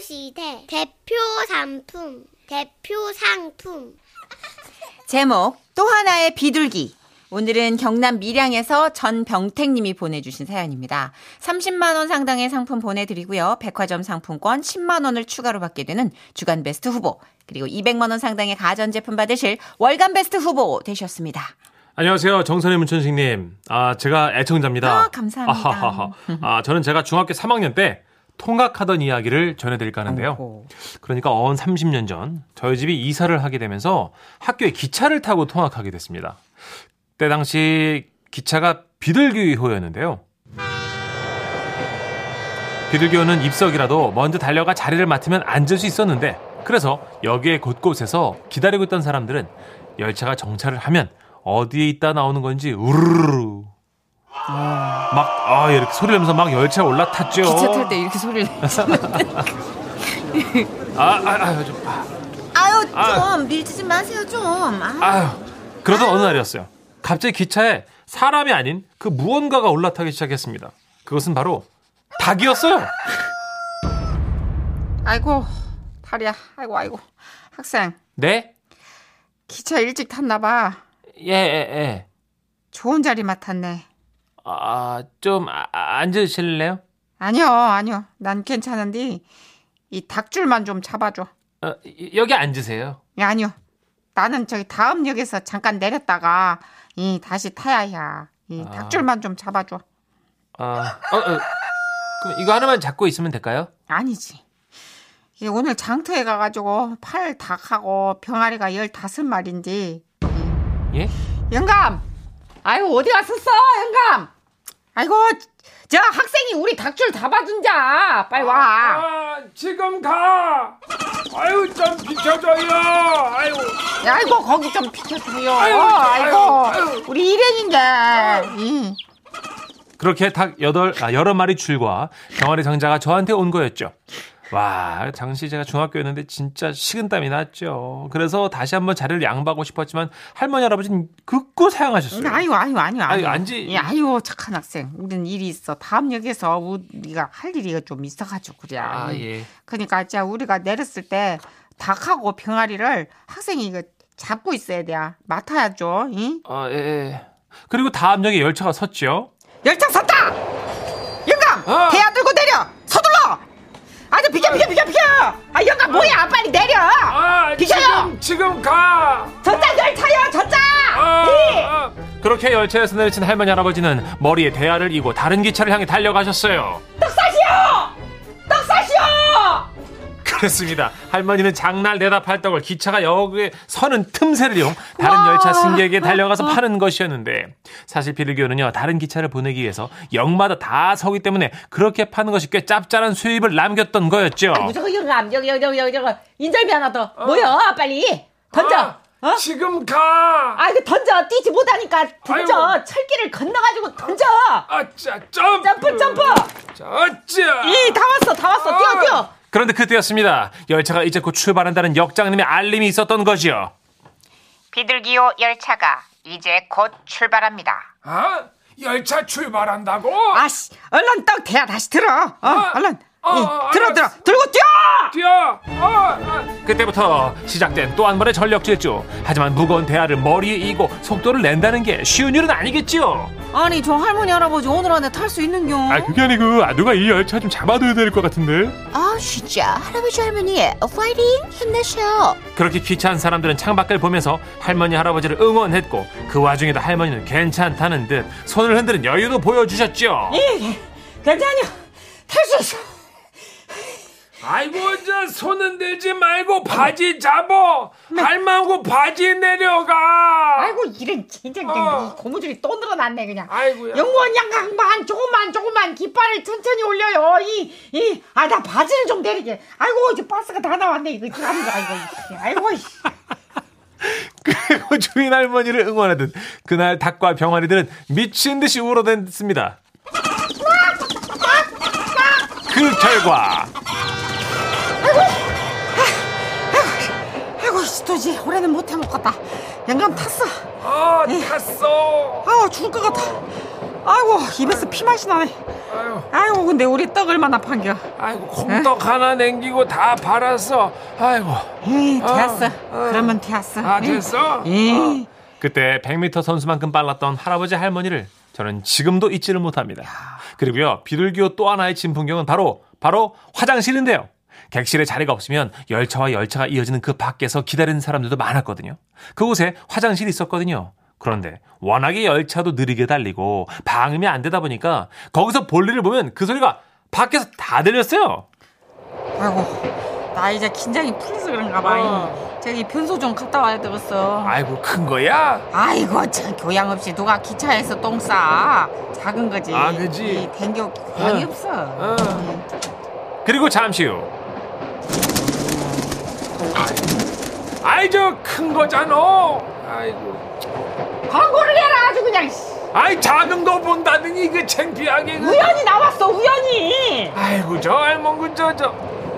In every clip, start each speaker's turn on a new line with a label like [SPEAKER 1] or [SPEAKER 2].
[SPEAKER 1] 시대 대표 상품 대표 상품
[SPEAKER 2] 제목 또 하나의 비둘기. 오늘은 경남 밀양에서 전병택님이 보내주신 사연입니다. 30만 원 상당의 상품 보내드리고요. 백화점 상품권 10만 원을 추가로 받게 되는 주간 베스트 후보 그리고 200만 원 상당의 가전제품 받으실 월간 베스트 후보 되셨습니다.
[SPEAKER 3] 안녕하세요. 정선의 문천식님. 아, 제가 애청자입니다.
[SPEAKER 2] 아, 감사합니다.
[SPEAKER 3] 아하하하. 아, 저는 제가 중학교 3학년 때 통학하던 이야기를 전해드릴까 하는데요.
[SPEAKER 2] 어이구.
[SPEAKER 3] 그러니까 어언 30년 전 저희 집이 이사를 하게 되면서 학교에 기차를 타고 통학하게 됐습니다. 그때 당시 기차가 비둘기호였는데요. 비둘기호는 입석이라도 먼저 달려가 자리를 맡으면 앉을 수 있었는데 그래서 여기에 곳곳에서 기다리고 있던 사람들은 열차가 정차를 하면 어디에 있다 나오는 건지 우르르 막 아 이렇게 소리 내면서 막 열차에 올라탔죠.
[SPEAKER 2] 기차 탈 때 이렇게 소리를
[SPEAKER 3] 아, 아, 아, 좀, 아,
[SPEAKER 2] 아유 좀
[SPEAKER 3] 아.
[SPEAKER 2] 밀지 좀 마세요 좀. 아.
[SPEAKER 3] 아유. 그러던 어느 날이었어요. 갑자기 기차에 사람이 아닌 그 무언가가 올라타기 시작했습니다. 그것은 바로 닭이었어요.
[SPEAKER 4] 아이고 다리야 아이고 아이고 학생
[SPEAKER 3] 네?
[SPEAKER 4] 기차 일찍 탔나 봐
[SPEAKER 3] 예, 예, 예.
[SPEAKER 4] 좋은 자리 맡았네
[SPEAKER 3] 아, 좀 아, 아, 앉으실래요?
[SPEAKER 4] 아니요 아니요 난 괜찮은데 이 닭줄만 좀 잡아줘
[SPEAKER 3] 어, 이- 여기 앉으세요.
[SPEAKER 4] 야, 아니요 나는 저기 다음 역에서 잠깐 내렸다가 이 다시 타야 해이
[SPEAKER 3] 아.
[SPEAKER 4] 닭줄만 좀 잡아줘
[SPEAKER 3] 아, 어, 어, 그럼 이거 하나만 잡고 있으면 될까요?
[SPEAKER 4] 아니지 이 오늘 장터에 가가지고 팔 닭하고 병아리가 열다섯 마리인데
[SPEAKER 3] 예?
[SPEAKER 4] 영감! 아유, 어디 갔었어, 영감! 아이고, 저 학생이 우리 닭줄 잡아준 자! 빨리 와!
[SPEAKER 5] 아, 지금 가! 아유, 좀 비켜줘요! 아유,
[SPEAKER 4] 아이고, 거기 좀 비켜주세요.
[SPEAKER 5] 아유, 아유,
[SPEAKER 4] 아이고,
[SPEAKER 5] 아유.
[SPEAKER 4] 우리 일행인데. 이.
[SPEAKER 3] 그렇게 닭 여덟, 아, 여러 마리 줄과 병아리 장자가 저한테 온 거였죠. 와, 당시 제가 중학교였는데 진짜 식은땀이 났죠. 그래서 다시 한번 자리를 양보하고 싶었지만 할머니, 할아버지는 극구 사양하셨어요.
[SPEAKER 4] 아유, 아유, 아유, 아유.
[SPEAKER 3] 아유, 앉지.
[SPEAKER 4] 예, 아유, 착한 학생. 우린 일이 있어. 다음 역에서 우리가 할 일이 좀 있어가지고, 그래.
[SPEAKER 3] 아, 예.
[SPEAKER 4] 그러니까, 자, 우리가 내렸을 때 닭하고 병아리를 학생이 이거 잡고 있어야 돼. 맡아야죠. 이.
[SPEAKER 3] 아, 예, 예. 그리고 다음 역에 열차가 섰죠.
[SPEAKER 4] 열차 섰다! 영감!
[SPEAKER 3] 어.
[SPEAKER 4] 대야 들고 내려! 서둘러! 아저 비켜 비켜 비켜 비켜! 아 영감 뭐야 빨리 내려!
[SPEAKER 3] 어.
[SPEAKER 5] 아,
[SPEAKER 4] 비켜요!
[SPEAKER 5] 지금, 지금 가!
[SPEAKER 4] 저자 열차요 저자!
[SPEAKER 3] 어.
[SPEAKER 5] 아,
[SPEAKER 4] 이!
[SPEAKER 5] 아,
[SPEAKER 3] 그렇게 열차에서 내리친 할머니, 할아버지는 머리에 대야를 이고 다른 기차를 향해 달려가셨어요.
[SPEAKER 4] 떡사시오! 떡사시오!
[SPEAKER 3] 그렇습니다. 할머니는 장날 대답할 떡을 기차가 역에 서는 틈새를 이용 다른 열차 승객에게 달려가서 파는 것이었는데 사실 비둘기호는요 다른 기차를 보내기 위해서 역마다 다 서기 때문에 그렇게 파는 것이 꽤 짭짤한 수입을 남겼던
[SPEAKER 6] 아,
[SPEAKER 3] 거였죠.
[SPEAKER 4] 저거 영감 여기 여기 여기 여기 여기 인절미 하나 더 뭐야 빨리 던져!
[SPEAKER 2] 어?
[SPEAKER 5] 아, 지금 가!
[SPEAKER 4] 아 이거 던져 뛰지 못하니까 던져
[SPEAKER 5] 아이고.
[SPEAKER 4] 철길을 건너가지고 던져!
[SPEAKER 5] 아, 짜, 점프!
[SPEAKER 4] 점프 점프!
[SPEAKER 5] 자, 어짜!
[SPEAKER 4] 이 다 왔어 다 왔어 뛰어 뛰어!
[SPEAKER 3] 그런데 그때였습니다. 열차가 이제 곧 출발한다는 역장님의 알림이 있었던 거지요.
[SPEAKER 7] 비둘기호 열차가 이제 곧 출발합니다.
[SPEAKER 5] 아? 열차 출발한다고?
[SPEAKER 4] 아씨 얼른 떡 대야 다시 들어 어
[SPEAKER 5] 아,
[SPEAKER 4] 얼른
[SPEAKER 5] 어,
[SPEAKER 4] 이,
[SPEAKER 5] 어,
[SPEAKER 4] 들어 들어
[SPEAKER 5] 알았어.
[SPEAKER 4] 들고 뛰어!
[SPEAKER 5] 뛰어! 아, 아,
[SPEAKER 3] 그때부터 시작된 또 한 번의 전력 질주. 하지만 무거운 대야를 머리에 이고 속도를 낸다는 게 쉬운 일은 아니겠지요.
[SPEAKER 2] 아니 저 할머니 할아버지 오늘 안에 탈 수 있는겨.
[SPEAKER 3] 그게 아니고 누가 이 열차 좀 잡아둬야 될 것 같은데.
[SPEAKER 2] 아 진짜 할아버지 할머니 파이팅 힘내셔.
[SPEAKER 3] 그렇게 귀찮은 사람들은 창밖을 보면서 할머니 할아버지를 응원했고 그 와중에도 할머니는 괜찮다는 듯 손을 흔드는 여유도 보여주셨죠.
[SPEAKER 4] 괜찮아요. 탈 수 있어.
[SPEAKER 5] 아이고, 저 손은 대지 말고 바지 잡어!
[SPEAKER 4] 네.
[SPEAKER 5] 할망고 바지 내려가!
[SPEAKER 4] 아이고 이런 진짜
[SPEAKER 5] 어.
[SPEAKER 4] 이 고무줄이 또 늘어났네 그냥.
[SPEAKER 5] 아이고야.
[SPEAKER 4] 영원 양강만 조금만 조금만 깃발을 천천히 올려요. 이 이 아 나 바지를 좀 내리게. 아이고 이제 버스가 다 나왔네 이거 참 아이고 이씨. 아이고 이씨.
[SPEAKER 3] 그리고 주인 할머니를 응원하듯 그날 닭과 병아리들은 미친 듯이 울어댔습니다. 그 결과
[SPEAKER 4] 아이고 이씨 도지 올해는 못해 먹겠다. 영감 탔어.
[SPEAKER 5] 아, 탔어!
[SPEAKER 4] 아 죽을 것 같아. 아이고 입에서 피 맛이 나네.
[SPEAKER 5] 아유,
[SPEAKER 4] 아이고 근데 우리 떡 얼마나 판겨?
[SPEAKER 5] 아이고
[SPEAKER 4] 네.
[SPEAKER 5] 콩떡 하나 남기고 다 팔았어. 아이고.
[SPEAKER 4] 에이
[SPEAKER 5] 아,
[SPEAKER 4] 됐어.
[SPEAKER 5] 아.
[SPEAKER 4] 그러면 됐어.
[SPEAKER 5] 아 됐어?
[SPEAKER 4] 예. 에이
[SPEAKER 3] 그때 100m 선수만큼 빨랐던 할아버지 할머니를 저는 지금도 잊지를 못합니다. 그리고요 비둘기호 또 하나의 진풍경은 바로 바로 화장실인데요. 객실에 자리가 없으면 열차와 열차가 이어지는 그 밖에서 기다리는 사람들도 많았거든요. 그곳에 화장실이 있었거든요. 그런데 워낙에 열차도 느리게 달리고 방음이 안 되다 보니까 거기서 볼일을 보면 그 소리가 밖에서 다 들렸어요.
[SPEAKER 4] 아이고 나 이제 긴장이 풀려서 그런가 봐.
[SPEAKER 5] 어.
[SPEAKER 4] 저기 변소 좀 갔다 와야 되겠어.
[SPEAKER 5] 아이고 큰 거야?
[SPEAKER 4] 아이고 참 교양 없이 누가 기차에서 똥 싸. 작은 거지.
[SPEAKER 5] 아, 그지?
[SPEAKER 4] 이 댕겨 교양이
[SPEAKER 5] 응.
[SPEAKER 4] 없어.
[SPEAKER 5] 응.
[SPEAKER 3] 그리고 잠시 후
[SPEAKER 5] 아이 저 큰 거잖아. 아이고.
[SPEAKER 4] 광고를 해라 아주 그냥 씨.
[SPEAKER 5] 아이 작은 거 본다더니 이게 창피하게. 그-
[SPEAKER 4] 우연히 나왔어 우연히.
[SPEAKER 5] 아이고 저 알몸군 저 저.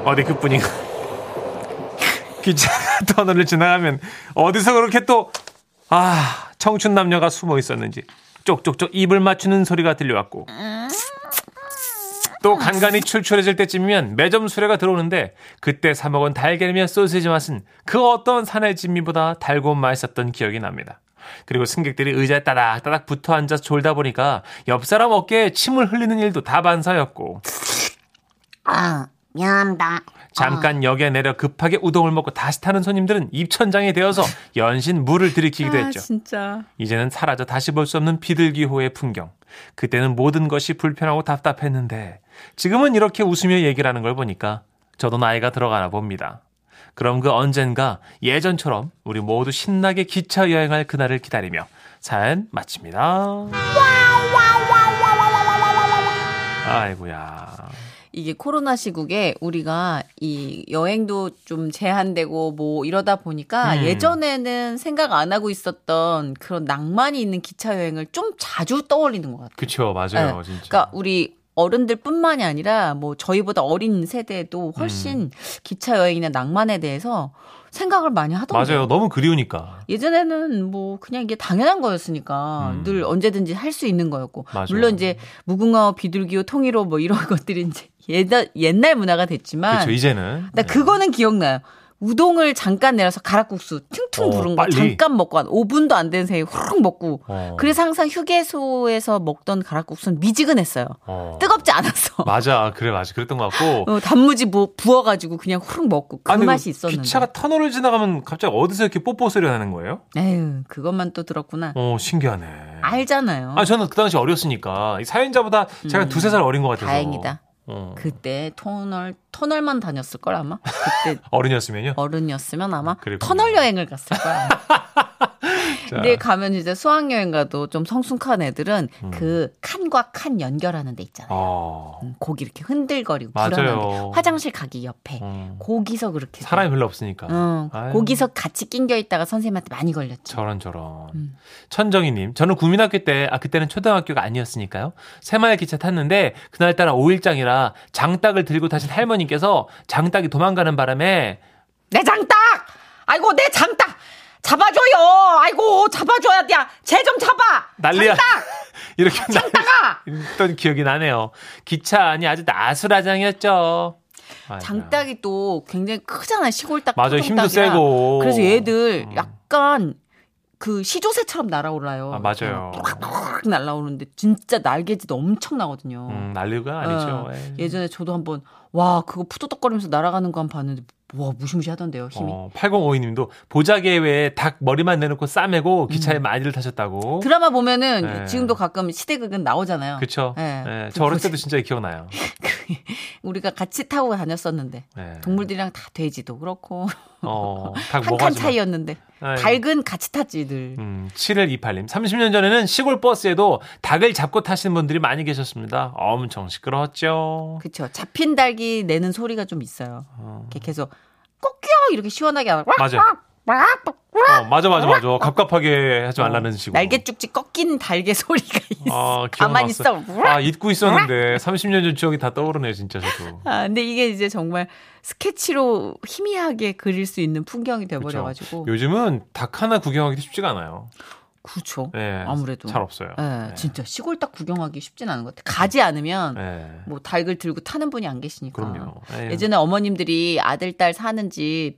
[SPEAKER 3] 어디 그뿐인가? 기차 터널을 지나가면 어디서 그렇게 또, 아, 청춘 남녀가 숨어 있었는지 쪽쪽쪽 입을 맞추는 소리가 들려왔고 또 간간이 출출해질 때쯤이면 매점 수레가 들어오는데 그때 사먹은 달걀이며 소시지 맛은 그 어떤 산의 진미보다 달고 맛있었던 기억이 납니다. 그리고 승객들이 의자에 따닥따닥 붙어 앉아서 졸다 보니까 옆 사람 어깨에 침을 흘리는 일도 다반사였고 잠깐
[SPEAKER 6] 아.
[SPEAKER 3] 역에 내려 급하게 우동을 먹고 다시 타는 손님들은 입천장에 되어서
[SPEAKER 6] 아.
[SPEAKER 3] 연신 물을 들이키기도 했죠.
[SPEAKER 4] 아, 진짜.
[SPEAKER 3] 이제는 사라져 다시 볼 수 없는 비둘기호의 풍경. 그때는 모든 것이 불편하고 답답했는데 지금은 이렇게 웃으며 얘기를 하는 걸 보니까 저도 나이가 들어가나 봅니다. 그럼 그 언젠가 예전처럼 우리 모두 신나게 기차 여행할 그날을 기다리며 사연 마칩니다. 아이고야.
[SPEAKER 6] 이게 코로나 시국에 우리가 이 여행도 좀 제한되고 뭐 이러다 보니까
[SPEAKER 3] 음.
[SPEAKER 6] 예전에는 생각 안 하고 있었던 그런 낭만이 있는 기차 여행을 좀 자주 떠올리는 것 같아요.
[SPEAKER 3] 그쵸, 맞아요, 진짜.
[SPEAKER 6] 그러니까 우리 어른들뿐만이 아니라 뭐 저희보다 어린 세대도 훨씬 기차 여행이나 낭만에 대해서 생각을 많이 하던데.
[SPEAKER 3] 맞아요. 너무 그리우니까.
[SPEAKER 6] 예전에는 뭐 그냥 이게 당연한 거였으니까
[SPEAKER 3] 음.
[SPEAKER 6] 늘 언제든지 할 수 있는 거였고
[SPEAKER 3] 맞아요.
[SPEAKER 6] 물론 이제 무궁화호 비둘기호 통일호 뭐 이런 것들이 이제 옛날, 옛날 문화가 됐지만
[SPEAKER 3] 그렇죠 이제는
[SPEAKER 6] 아, 나
[SPEAKER 3] 네.
[SPEAKER 6] 그거는 기억나요. 우동을 잠깐 내려서 가락국수 퉁퉁
[SPEAKER 3] 어,
[SPEAKER 6] 부른 거
[SPEAKER 3] 빨리.
[SPEAKER 6] 잠깐 먹고 한 5분도 안 된 사이에 후룩 먹고
[SPEAKER 3] 어.
[SPEAKER 6] 그래서 항상 휴게소에서 먹던 가락국수는 미지근했어요.
[SPEAKER 3] 어.
[SPEAKER 6] 뜨겁지 않았어.
[SPEAKER 3] 맞아 그래 맞아 그랬던 것 같고
[SPEAKER 6] 어, 단무지 뭐 부어가지고 그냥 후룩 먹고 그
[SPEAKER 3] 아니,
[SPEAKER 6] 맛이 있었는데.
[SPEAKER 3] 기차가 터널을 지나가면 갑자기 어디서 이렇게 뽀뽀 소리 나는 거예요?
[SPEAKER 6] 에휴 그것만 또 들었구나.
[SPEAKER 3] 어 신기하네.
[SPEAKER 6] 알잖아요.
[SPEAKER 3] 아 저는 그 당시 어렸으니까 이 사연자보다 제가
[SPEAKER 6] 음,
[SPEAKER 3] 두세 살 어린 것 같아서
[SPEAKER 6] 다행이다.
[SPEAKER 3] 어.
[SPEAKER 6] 그때 터널 터널만 다녔을 걸 아마 그때
[SPEAKER 3] 어른이었으면요.
[SPEAKER 6] 어른이었으면 아마
[SPEAKER 3] 그랬군요.
[SPEAKER 6] 터널 여행을 갔을 거야.
[SPEAKER 3] 자,
[SPEAKER 6] 근데 가면 이제 수학 여행 가도 좀 성숙한 애들은 그 칸과 칸 연결하는 데 있잖아요.
[SPEAKER 3] 음. 어,
[SPEAKER 6] 음, 고기 이렇게 흔들거리고 불안한
[SPEAKER 3] 맞아요.
[SPEAKER 6] 화장실 가기 옆에
[SPEAKER 3] 어,
[SPEAKER 6] 고기서 그렇게
[SPEAKER 3] 사람이 별로 없으니까.
[SPEAKER 6] 어,
[SPEAKER 3] 아유.
[SPEAKER 6] 고기서 같이 낑겨 있다가 선생님한테 많이 걸렸죠.
[SPEAKER 3] 저런 저런.
[SPEAKER 6] 음.
[SPEAKER 3] 천정희님, 저는 국민학교 때, 아 그때는 초등학교가 아니었으니까요. 새마을 기차 탔는데 그날따라 5일장이라 장딱을 들고 타신 할머니께서 장딱이 도망가는 바람에
[SPEAKER 4] 내 장딱! 아이고 내 장딱! 잡아줘요! 아이고 잡아줘야 돼! 쟤 좀 잡아!
[SPEAKER 3] 난리야.
[SPEAKER 4] 장딱!
[SPEAKER 3] 이렇게
[SPEAKER 4] 장딱아!
[SPEAKER 3] 했던 기억이 나네요. 기차 안이 아주 나수라장이었죠. 아이고야.
[SPEAKER 6] 장닭이 또 굉장히 크잖아 요 시골닭.
[SPEAKER 3] 맞아요. 힘도
[SPEAKER 6] 토종닭이라.
[SPEAKER 3] 세고.
[SPEAKER 6] 그래서 얘들
[SPEAKER 3] 음.
[SPEAKER 6] 약간 그 시조새처럼 날아올라요.
[SPEAKER 3] 아, 맞아요.
[SPEAKER 6] 팍 날아오는데 진짜 날개짓도 엄청 나거든요.
[SPEAKER 3] 음, 난리가 아니죠.
[SPEAKER 6] 어,
[SPEAKER 3] 에이.
[SPEAKER 6] 예전에 저도 한번 와 그거 푸드덕거리면서 날아가는 거 한 번 봤는데 와 무시무시하던데요 힘이.
[SPEAKER 3] 어, 8052님도 보자기 외에 닭 머리만 내놓고 싸매고
[SPEAKER 6] 음.
[SPEAKER 3] 기차에 많이들 타셨다고.
[SPEAKER 6] 드라마 보면은
[SPEAKER 3] 네.
[SPEAKER 6] 지금도 가끔 시대극은 나오잖아요.
[SPEAKER 3] 그쵸.
[SPEAKER 6] 예.
[SPEAKER 3] 예, 저 어렸을 때도 진짜 기억나요.
[SPEAKER 6] 우리가 같이 타고 다녔었는데
[SPEAKER 3] 예.
[SPEAKER 6] 동물들이랑 다 돼지도 그렇고
[SPEAKER 3] 어, 닭
[SPEAKER 6] 한 칸
[SPEAKER 3] 먹어가지고.
[SPEAKER 6] 차이였는데
[SPEAKER 3] 예.
[SPEAKER 6] 닭은 같이 탔지 늘.
[SPEAKER 3] 음, 7128님. 30년 전에는 시골 버스에도 닭을 잡고 타시는 분들이 많이 계셨습니다. 엄청 시끄러웠죠.
[SPEAKER 6] 그쵸. 잡힌 닭이 내는 소리가 좀 있어요.
[SPEAKER 3] 어.
[SPEAKER 6] 이렇게 계속 꼬끼어 이렇게 시원하게 안 하고
[SPEAKER 3] 맞아. 어, 맞아, 맞아, 맞아. 갑갑하게 하지 말라는 식으로.
[SPEAKER 6] 어, 날개죽지 꺾인 달걀 소리가 있어.
[SPEAKER 3] 아,
[SPEAKER 6] 가만히
[SPEAKER 3] 기억났어.
[SPEAKER 6] 있어.
[SPEAKER 3] 아, 잊고 있었는데 30년 전 추억이 다 떠오르네요, 진짜 저도.
[SPEAKER 6] 아, 근데 이게 이제 정말 스케치로 희미하게 그릴 수 있는 풍경이
[SPEAKER 3] 그렇죠.
[SPEAKER 6] 돼버려가지고.
[SPEAKER 3] 요즘은 닭 하나 구경하기도 쉽지가 않아요.
[SPEAKER 6] 그렇죠.
[SPEAKER 3] 예,
[SPEAKER 6] 아무래도.
[SPEAKER 3] 잘 없어요.
[SPEAKER 6] 예,
[SPEAKER 3] 예.
[SPEAKER 6] 진짜 시골 딱 구경하기 쉽진 않은 것 같아요. 가지 않으면
[SPEAKER 3] 예.
[SPEAKER 6] 뭐 닭을 들고 타는 분이 안 계시니까.
[SPEAKER 3] 그럼요. 예.
[SPEAKER 6] 아. 예전에 어머님들이 아들 딸 사는 집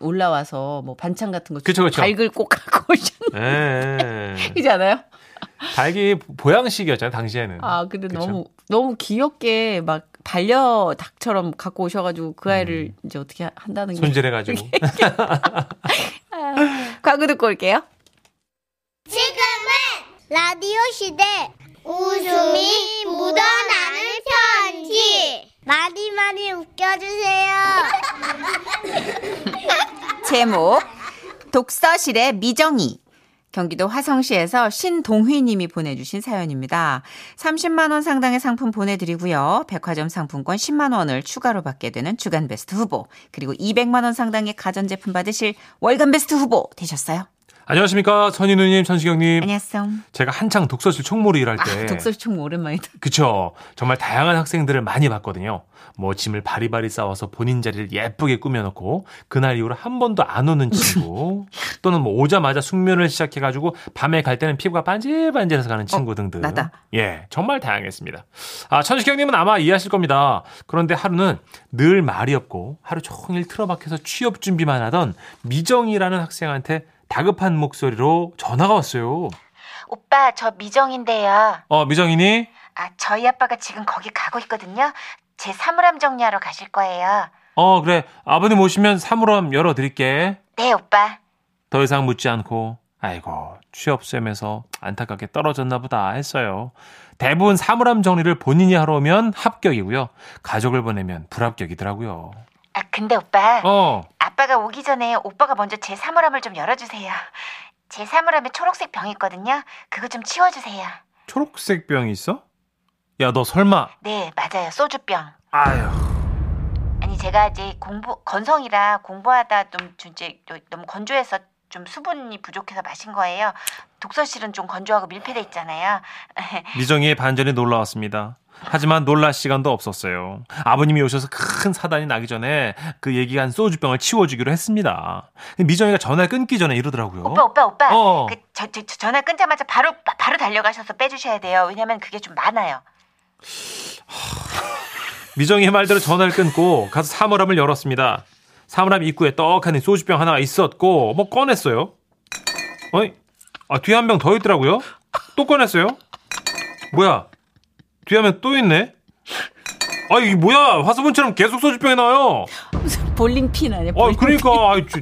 [SPEAKER 6] 올라와서 뭐 반찬 같은 거
[SPEAKER 3] 그쵸, 그쵸.
[SPEAKER 6] 닭을 꼭 갖고 오셨나
[SPEAKER 3] 예.
[SPEAKER 6] 그지 않아요?
[SPEAKER 3] 닭이 보양식이었잖아요 당시에는.
[SPEAKER 6] 아 근데
[SPEAKER 3] 그쵸?
[SPEAKER 6] 너무 너무 귀엽게 막 반려 닭처럼 갖고 오셔가지고 그 아이를 이제 어떻게 하- 한다는 게
[SPEAKER 3] 음. 손질해가지고.
[SPEAKER 6] 예. 광고 듣고 올게요.
[SPEAKER 1] 지금은 라디오 시대 웃음이 묻어나는 편지 많이 많이 웃겨주세요
[SPEAKER 2] 제목 독서실의 미정이 경기도 화성시에서 신동휘님이 보내주신 사연입니다. 30만 원 상당의 상품 보내드리고요. 백화점 상품권 10만 원을 추가로 받게 되는 주간 베스트 후보 그리고 200만 원 상당의 가전제품 받으실 월간 베스트 후보 되셨어요?
[SPEAKER 3] 안녕하십니까 선인우님 천시경님.
[SPEAKER 2] 안녕하세요.
[SPEAKER 3] 제가 한창 독서실 총무를 일할
[SPEAKER 6] 아,
[SPEAKER 3] 때.
[SPEAKER 6] 독서실 총 오랜만이다.
[SPEAKER 3] 그쵸. 정말 다양한 학생들을 많이 봤거든요. 뭐 짐을 바리바리 싸워서 본인 자리를 예쁘게 꾸며놓고 그날 이후로 한 번도 안 오는 친구 또는 뭐 오자마자 숙면을 시작해가지고 밤에 갈 때는 피부가 반질반질해서 가는 친구 등등.
[SPEAKER 2] 나다.
[SPEAKER 3] 예, 정말 다양했습니다. 아, 천식형님은 아마 이해하실 겁니다. 그런데 하루는 늘 말이 없고 하루 종일 틀어박혀서 취업 준비만 하던 미정이라는 학생한테 다급한 목소리로 전화가 왔어요.
[SPEAKER 7] 오빠 저 미정인데요.
[SPEAKER 3] 어, 미정이니?
[SPEAKER 7] 아 저희 아빠가 지금 거기 가고 있거든요. 제 사물함 정리하러 가실 거예요.
[SPEAKER 3] 어, 그래. 아버님 오시면 사물함 열어드릴게.
[SPEAKER 7] 네 오빠.
[SPEAKER 3] 더 이상 묻지 않고, 아이고, 취업쌤에서 안타깝게 떨어졌나 보다 했어요. 대부분 사물함 정리를 본인이 하러 오면 합격이고요. 가족을 보내면 불합격이더라고요.
[SPEAKER 7] 아 근데 오빠
[SPEAKER 3] 어,
[SPEAKER 7] 아빠가 오기 전에 오빠가 먼저 제 사물함을 좀 열어주세요. 제 사물함에 초록색 병 있거든요. 그거 좀 치워주세요.
[SPEAKER 3] 초록색 병이 있어? 야, 너 설마.
[SPEAKER 7] 네 맞아요 소주병.
[SPEAKER 3] 아휴.
[SPEAKER 7] 아니 제가 이제 공부 건성이라 공부하다 좀 진짜 또 너무 건조해서 좀 수분이 부족해서 마신 거예요. 독서실은 좀 건조하고 밀폐돼 있잖아요.
[SPEAKER 3] 미정이의 반전이 놀라웠습니다. 하지만 놀랄 시간도 없었어요. 아버님이 오셔서 큰 사단이 나기 전에 그 얘기한 소주병을 치워주기로 했습니다. 미정이가 전화 끊기 전에 이러더라고요.
[SPEAKER 7] 오빠 오빠 오빠.
[SPEAKER 3] 어.
[SPEAKER 7] 그, 저, 저, 저 전화 끊자마자 바로 바- 바로 달려가셔서 빼주셔야 돼요. 왜냐면 그게 좀 많아요.
[SPEAKER 3] 미정이의 말대로 전화를 끊고 가서 사물함을 열었습니다. 사물함 입구에 떡하니 소주병 하나가 있었고 뭐 꺼냈어요. 어이, 아 뒤에 한 병 더 있더라고요. 또 꺼냈어요. 뭐야? 뒤에 한 병 또 있네. 아 이게 뭐야? 화수분처럼 계속 소주병이 나요.
[SPEAKER 6] 볼링핀 아니야?
[SPEAKER 3] 아
[SPEAKER 6] 볼링-
[SPEAKER 3] 그러니까 아이, 저-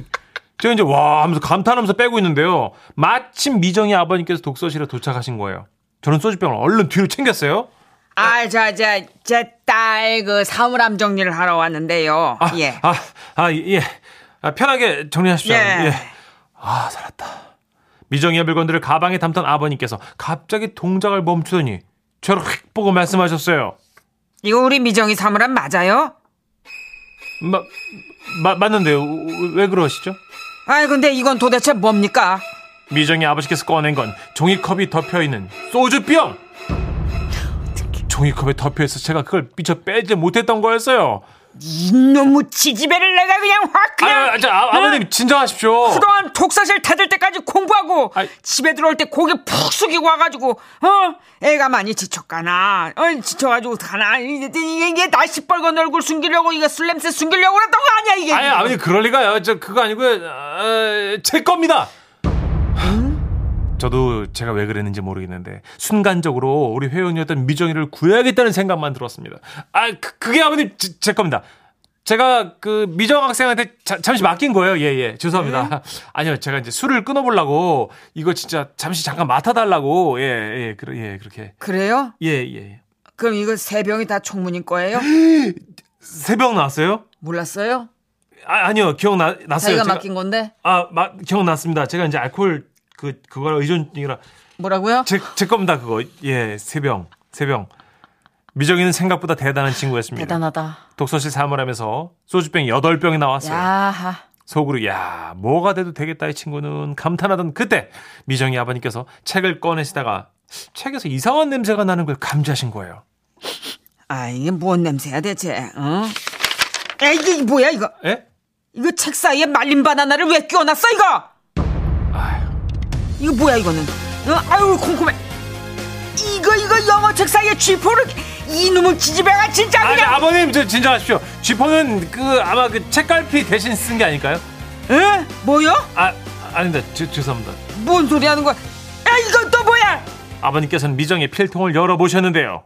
[SPEAKER 3] 제가 이제 와 하면서 감탄하면서 빼고 있는데요. 마침 미정이 아버님께서 독서실에 도착하신 거예요. 저는 소주병을 얼른 뒤로 챙겼어요.
[SPEAKER 8] 아, 저, 저, 제딸 그 사물함 정리를 하러 왔는데요.
[SPEAKER 3] 아,
[SPEAKER 8] 예.
[SPEAKER 3] 아, 아, 예. 아, 편하게 정리하십시오.
[SPEAKER 8] 예.
[SPEAKER 3] 예. 아, 살았다. 미정이의 물건들을 가방에 담던 아버님께서 갑자기 동작을 멈추더니 저를 휙 보고 말씀하셨어요.
[SPEAKER 8] 이거 우리 미정이 사물함 맞아요?
[SPEAKER 3] 마, 마, 맞는데요. 왜- 왜 그러시죠?
[SPEAKER 8] 아이, 근데 이건 도대체 뭡니까?
[SPEAKER 3] 미정이 아버지께서 꺼낸 건 종이컵이 덮여있는 소주병! 종이컵에 덮여있어 제가 그걸 미처 빼지 못했던 거였어요.
[SPEAKER 8] 이놈의 지지배를 내가 그냥 확
[SPEAKER 3] 아,
[SPEAKER 8] 그냥
[SPEAKER 3] 아, 자, 아, 아버님 진정하십시오.
[SPEAKER 8] 그동안 독서실 찾을 때까지 공부하고
[SPEAKER 3] 어. 아이.
[SPEAKER 8] 집에 들어올 때 고개 푹 숙이고 와가지고 어 애가 많이 지쳤가나 어 지쳐가지고 어떡하나 이게 이게, 이게 나 시뻘건 얼굴 숨기려고 이거 술냄새 숨기려고 그랬던 거 아니야 이게
[SPEAKER 3] 아니 아버님 그럴 리가요. 저 그거 아니고요. 아, 제 겁니다. 저도 제가 왜 그랬는지 모르겠는데 순간적으로 우리 회원이었던 미정이를 구해야겠다는 생각만 들었습니다. 아 그, 그게 아버님 제, 제 겁니다. 제가 그 미정 학생한테 자- 잠시 맡긴 거예요. 예예 죄송합니다. 아니요 제가 이제 술을 끊어보려고 이거 진짜 잠시 잠깐 맡아달라고 예예 그러 예 그렇게
[SPEAKER 8] 그래요?
[SPEAKER 3] 예예
[SPEAKER 8] 그럼 이거 세 병이 다 총무님 거예요?
[SPEAKER 3] 새벽 나왔어요?
[SPEAKER 8] 몰랐어요?
[SPEAKER 3] 아, 아니요 기억 나 났어요.
[SPEAKER 6] 자기가
[SPEAKER 3] 제가-
[SPEAKER 6] 맡긴 건데
[SPEAKER 3] 아, 마, 기억났습니다. 제가 이제 알코올 그 그거랑 의존 중이라
[SPEAKER 6] 뭐라고요?
[SPEAKER 3] 제 제 겁니다 그거. 예, 세병 세병. 미정이는 생각보다 대단한 친구였습니다.
[SPEAKER 6] 대단하다.
[SPEAKER 3] 독서실 사물함에서 소주병 8병이 나왔어요.
[SPEAKER 6] 야하.
[SPEAKER 3] 속으로 야, 뭐가 돼도 되겠다 이 친구는 감탄하던 그때 미정이 아버님께서 책을 꺼내시다가 책에서 이상한 냄새가 나는 걸 감지하신 거예요.
[SPEAKER 8] 아 이게 뭔 냄새야 대체? 어? 야 이게 뭐야 이거?
[SPEAKER 3] 예?
[SPEAKER 8] 이거 책 사이에 말린 바나나를 왜 끼워놨어 이거?
[SPEAKER 3] 아휴.
[SPEAKER 4] 이거 뭐야 이거는? 어? 아유 콩콩해. 이거 이거 영어 책 사이에 쥐포를 이놈의 지지배가 진짜
[SPEAKER 3] 아니,
[SPEAKER 4] 그냥.
[SPEAKER 3] 아버님, 저 진정하십시오. 쥐포는 그 아마 그 책갈피 대신 쓴 게 아닐까요?
[SPEAKER 4] 에? 뭐요?
[SPEAKER 3] 아, 아닙니다. 죄- 죄송합니다.
[SPEAKER 4] 뭔 소리 하는 거야? 야 이건 또 뭐야?
[SPEAKER 3] 아버님께서는 미정의 필통을 열어보셨는데요.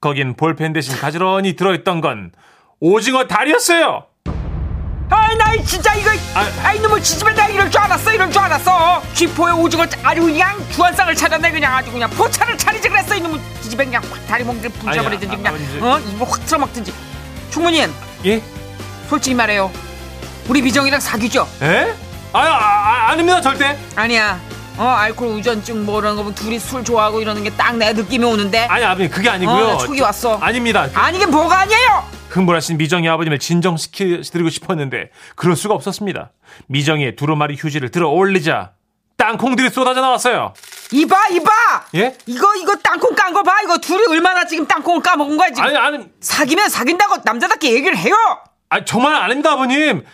[SPEAKER 3] 거긴 볼펜 대신 가지런히 들어있던 건 오징어 다리였어요.
[SPEAKER 4] 아이 나 진짜 이거
[SPEAKER 3] 아.
[SPEAKER 4] 아, 이놈의 지지배다 이럴 줄 알았어 이럴 줄 알았어 쥐포에 오징어 아주 그냥 주한상을 차렸네 그냥 아주 그냥 포차를 차리지 그랬어 이놈의 지지배 그냥 확 다리 몽둥이
[SPEAKER 3] 아니,
[SPEAKER 4] 분져버리든지
[SPEAKER 3] 아,
[SPEAKER 4] 그냥
[SPEAKER 3] 아버지.
[SPEAKER 4] 어 이거 확 틀어먹든지 충무님
[SPEAKER 3] 예?
[SPEAKER 4] 솔직히 말해요 우리 미정이랑 사귀죠
[SPEAKER 3] 에? 아, 아, 아, 아닙니다, 절대.
[SPEAKER 4] 아니야 어 알코올 우전증 뭐 이런 거 보면 둘이 술 좋아하고 이러는 게 딱 내 느낌이 오는데
[SPEAKER 3] 아니, 아버님, 그게 아니고요.
[SPEAKER 4] 어, 나 촉이 왔어.
[SPEAKER 3] 아닙니다. 그
[SPEAKER 4] 아니 이게 뭐가 아니에요
[SPEAKER 3] 흥분하신 미정의 아버님을 진정시키드리고 싶었는데 그럴 수가 없었습니다. 미정의 두루마리 휴지를 들어 올리자 땅콩들이 쏟아져 나왔어요.
[SPEAKER 4] 이봐 이봐
[SPEAKER 3] 예?
[SPEAKER 4] 이거 이거 땅콩 깐 거 봐 이거 둘이 얼마나 지금 땅콩을 까먹은 거야 지금
[SPEAKER 3] 아니, 아니,
[SPEAKER 4] 사귀면 사귄다고 남자답게 얘기를 해요
[SPEAKER 3] 아 정말 아닙니다 아버님.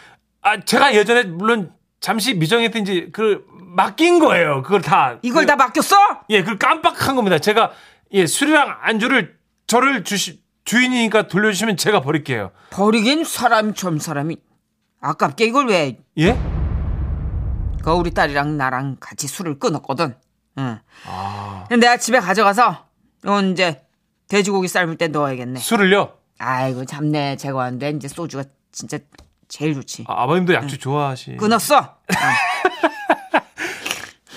[SPEAKER 3] 아 제가 예전에 물론 잠시 미정했든지 그 맡긴 거예요. 그걸 다
[SPEAKER 4] 이걸
[SPEAKER 3] 그,
[SPEAKER 4] 다 맡겼어?
[SPEAKER 3] 예, 그걸 깜빡한 겁니다. 제가 예 술이랑 안주를 저를 주시 주인이니까 돌려주시면 제가 버릴게요.
[SPEAKER 4] 버리긴 사람 점 사람이 아깝게 이걸 왜
[SPEAKER 3] 예?
[SPEAKER 4] 그 우리 딸이랑 나랑 같이 술을 끊었거든. 응. 내가 집에 가져가서 이건 이제 돼지고기 삶을 때 넣어야겠네.
[SPEAKER 3] 술을요?
[SPEAKER 4] 아이고 잡내 제거 안 돼. 이제 소주가 진짜 제일 좋지.
[SPEAKER 3] 아, 아버님도 약주 좋아하시.
[SPEAKER 4] 끊었어.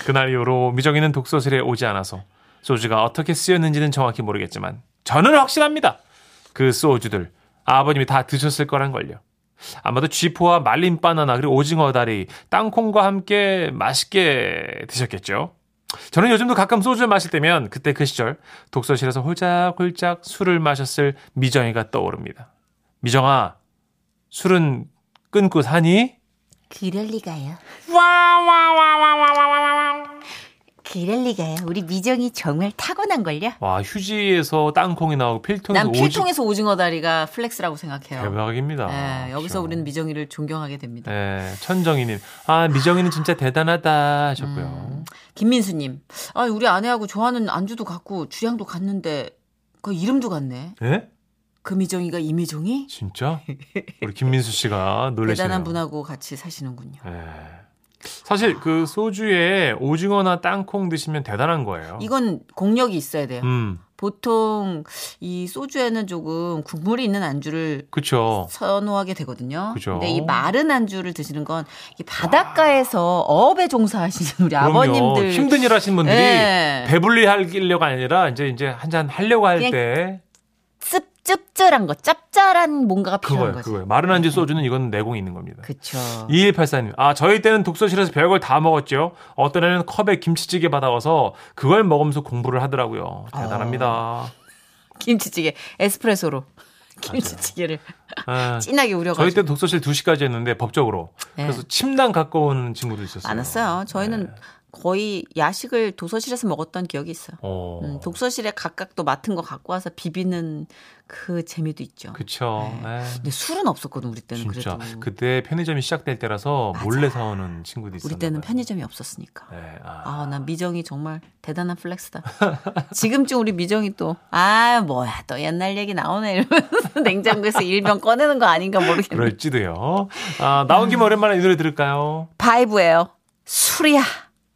[SPEAKER 3] 그날 이후로 미정이는 독서실에 오지 않아서 소주가 어떻게 쓰였는지는 정확히 모르겠지만 저는 확신합니다. 그 소주들 아버님이 다 드셨을 거란 걸요. 아마도 쥐포와 말린 바나나 그리고 오징어 다리, 땅콩과 함께 맛있게 드셨겠죠. 저는 요즘도 가끔 소주를 마실 때면 그때 그 시절 독서실에서 홀짝홀짝 술을 마셨을 미정이가 떠오릅니다. 미정아, 술은 끊고 사니?
[SPEAKER 9] 그럴 리가요. 그럴 리가요. 우리 미정이 정말 타고난 걸요.
[SPEAKER 3] 와 휴지에서 땅콩이 나오고 필통에서
[SPEAKER 6] 난
[SPEAKER 3] 오징어
[SPEAKER 6] 필통에서 오징어 다리가 플렉스라고 생각해요.
[SPEAKER 3] 대박입니다.
[SPEAKER 6] 예, 여기서 우리는 미정이를 존경하게 됩니다.
[SPEAKER 3] 예, 천정희님. 아, 미정이는 진짜 대단하다 하셨고요.
[SPEAKER 6] 김민수님, 아 우리 아내하고 좋아하는 안주도 같고 주량도 같는데 그 이름도 같네.
[SPEAKER 3] 예?
[SPEAKER 6] 금미정이가 이미정이
[SPEAKER 3] 진짜? 우리 김민수 씨가 놀라시네요.
[SPEAKER 6] 대단한 분하고 같이 사시는군요.
[SPEAKER 3] 예. 사실 그 소주에 오징어나 땅콩 드시면 대단한 거예요.
[SPEAKER 6] 이건 공력이 있어야 돼요.
[SPEAKER 3] 음,
[SPEAKER 6] 보통 이 소주에는 조금 국물이 있는 안주를
[SPEAKER 3] 그쵸.
[SPEAKER 6] 선호하게 되거든요.
[SPEAKER 3] 그죠.
[SPEAKER 6] 근데 이 마른 안주를 드시는 건이 바닷가에서 어업에 종사하시는 우리 아버님들
[SPEAKER 3] 아. 힘든 일 하신 분들이
[SPEAKER 6] 예.
[SPEAKER 3] 배불리 하려고 아니라 이제 이제 한잔 하려고
[SPEAKER 6] 그냥
[SPEAKER 3] 할 때
[SPEAKER 6] 씁찝찝한 거 짭짤한 뭔가가 필요한
[SPEAKER 3] 그거예요,
[SPEAKER 6] 거죠.
[SPEAKER 3] 그거예요. 마른 안주 소주는 이건 내공이 있는 겁니다.
[SPEAKER 6] 그쵸.
[SPEAKER 3] 2184님, 아, 저희 때는 독서실에서 별걸 다 먹었죠. 어떤 애는 컵에 김치찌개 받아와서 그걸 먹으면서 공부를 하더라고요. 대단합니다.
[SPEAKER 6] 김치찌개 에스프레소로 김치찌개를
[SPEAKER 3] 아,
[SPEAKER 6] 진하게 우려가지고
[SPEAKER 3] 저희 때 독서실 2시까지 했는데 법적으로. 그래서 침당 가까운 친구도 있었어요.
[SPEAKER 6] 많았어요. 저희는
[SPEAKER 3] 네.
[SPEAKER 6] 거의 야식을 도서실에서 먹었던 기억이 있어요.
[SPEAKER 3] 어,
[SPEAKER 6] 음, 독서실에 각각 또 맡은 거 갖고 와서 비비는 그 재미도 있죠.
[SPEAKER 3] 그쵸. 네.
[SPEAKER 6] 근데 술은 없었거든 우리 때는
[SPEAKER 3] 진짜.
[SPEAKER 6] 그래도
[SPEAKER 3] 그때 편의점이 시작될 때라서 몰래 사오는 친구도 있었어요.
[SPEAKER 6] 우리 때는 편의점이 없었으니까.
[SPEAKER 3] 네, 아.
[SPEAKER 6] 아, 나 미정이 정말 대단한 플렉스다. 지금쯤 우리 미정이 또, 아, 뭐야, 또 옛날 얘기 나오네. 이러면서 냉장고에서 일병 꺼내는 거 아닌가 모르겠네. 아.
[SPEAKER 3] 그럴지도요. 아, 나온 김에 오랜만에 이 노래 들을까요?
[SPEAKER 6] 바이브예요 술이야.